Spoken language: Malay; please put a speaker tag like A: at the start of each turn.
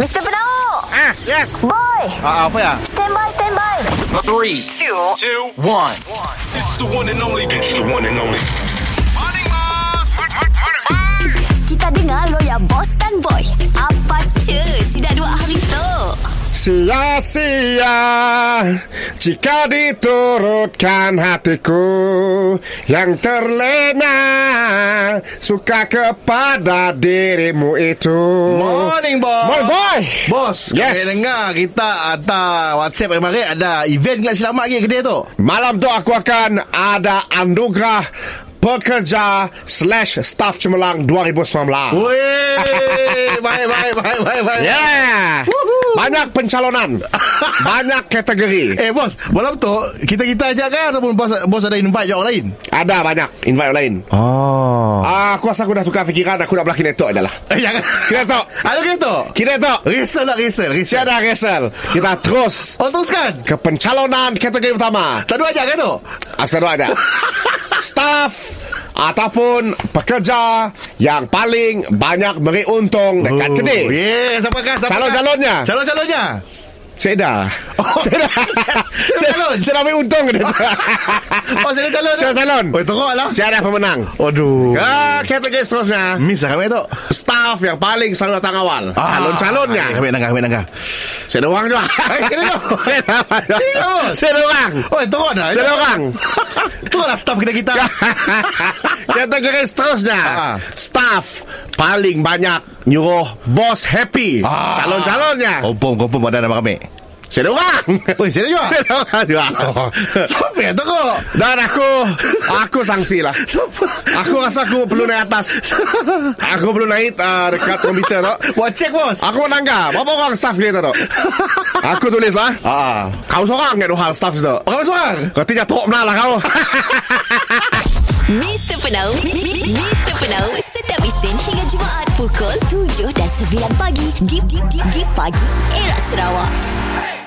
A: Mr. Penau
B: Ah, yes.
A: Boy
B: Ah, apa ya?
A: Stand by, stand by
C: Three, two, two, one. It's the one and only. It's the one and only.
D: Morning, boss. Morning, morning, morning,
A: Kita dengar lo ya Boss dan Boy Apa cu Si dah dua hari tu
E: Sia-sia Jika diturutkan hatiku Yang terlena Suka kepada dirimu itu
B: Morning, boss.
E: Morning boy
B: Bos, yes.
E: Yes.
B: kami dengar kita hantar WhatsApp kemarin ada event gelap selamat lagi kedai tu.
E: Malam tu aku akan ada anugerah Pekerja Slash Staff Cemerlang 2019
B: Weh, baik, baik, baik, baik, baik.
E: Ya. Yeah Banyak pencalonan Banyak kategori
B: Eh bos, malam tu kita-kita ajak kan ataupun bos bos ada invite je orang lain?
E: Ada banyak Invite orang lain
B: Oh.
E: Ah, Aku rasa aku dah tukar fikiran Aku nak belah kinetok je lah
B: Eh, jangan.
E: Kinetok
B: Ada kinetok?
E: Kinetok
B: Resel lah, resel, resel.
E: Saya dah resel Kita terus
B: Oh, teruskan.
E: Ke pencalonan kategori pertama
B: Tak ada ajak kan tu?
E: Asal ada Staff Ataupun Pekerja Yang paling Banyak beri untung Dekat
B: Oh,
E: kedai
B: Yes, apa kan?
E: Calon-calonnya.
B: Calon-calonnya.
E: Saya dah
B: Oh.
E: Saya dah Saya
B: Calon.
E: Saya dah beri untung kedai
B: Oh, saya calon.
E: Saya calon.
B: Oh, teruk lah.
E: Saya dah pemenang
B: Aduh.
E: Ah, kategori seterusnya
B: Miss lah kami tu.
E: Staff yang paling selalu datang awal
B: Ah,
E: Calon-calonnya
B: Kami nangkah, kami nangkah.
E: Saya ada orang juga
B: Kena tu.
E: Saya ada
B: Serius?
E: Saya ada orang
B: Oh, teruk dah.
E: Saya ada orang Ya.
B: Teruk lah staff kedai kita.
E: Kategori seterusnya
B: Ha.
E: Staff Paling banyak Nyuruh Bos happy
B: Ah.
E: Calon-calonnya
B: Kompom, kompom pada nama kami.
E: Saya ada orang
B: Oi, saya ada juga.
E: Saya ada orang juga
B: Oh. Siapa yang teruk?
E: Dan aku Aku sanksi lah
B: Siapa?
E: Aku rasa aku perlu naik atas Aku perlu naik uh, Dekat komputer tu
B: Buat check, bos.
E: Aku pun anggar Berapa orang staff dia tu Aku tulis lah
B: Ah.
E: Kau seorang yang hal staff tu
B: Orang seorang.
E: Kau tidak teruk benar lah kau
A: Mr. Penau Mi- Mi- Mi- Mr. Penau Setiap Isnin hingga Jumaat Pukul 7 dan 9 pagi Di, di, di, di pagi Era Sarawak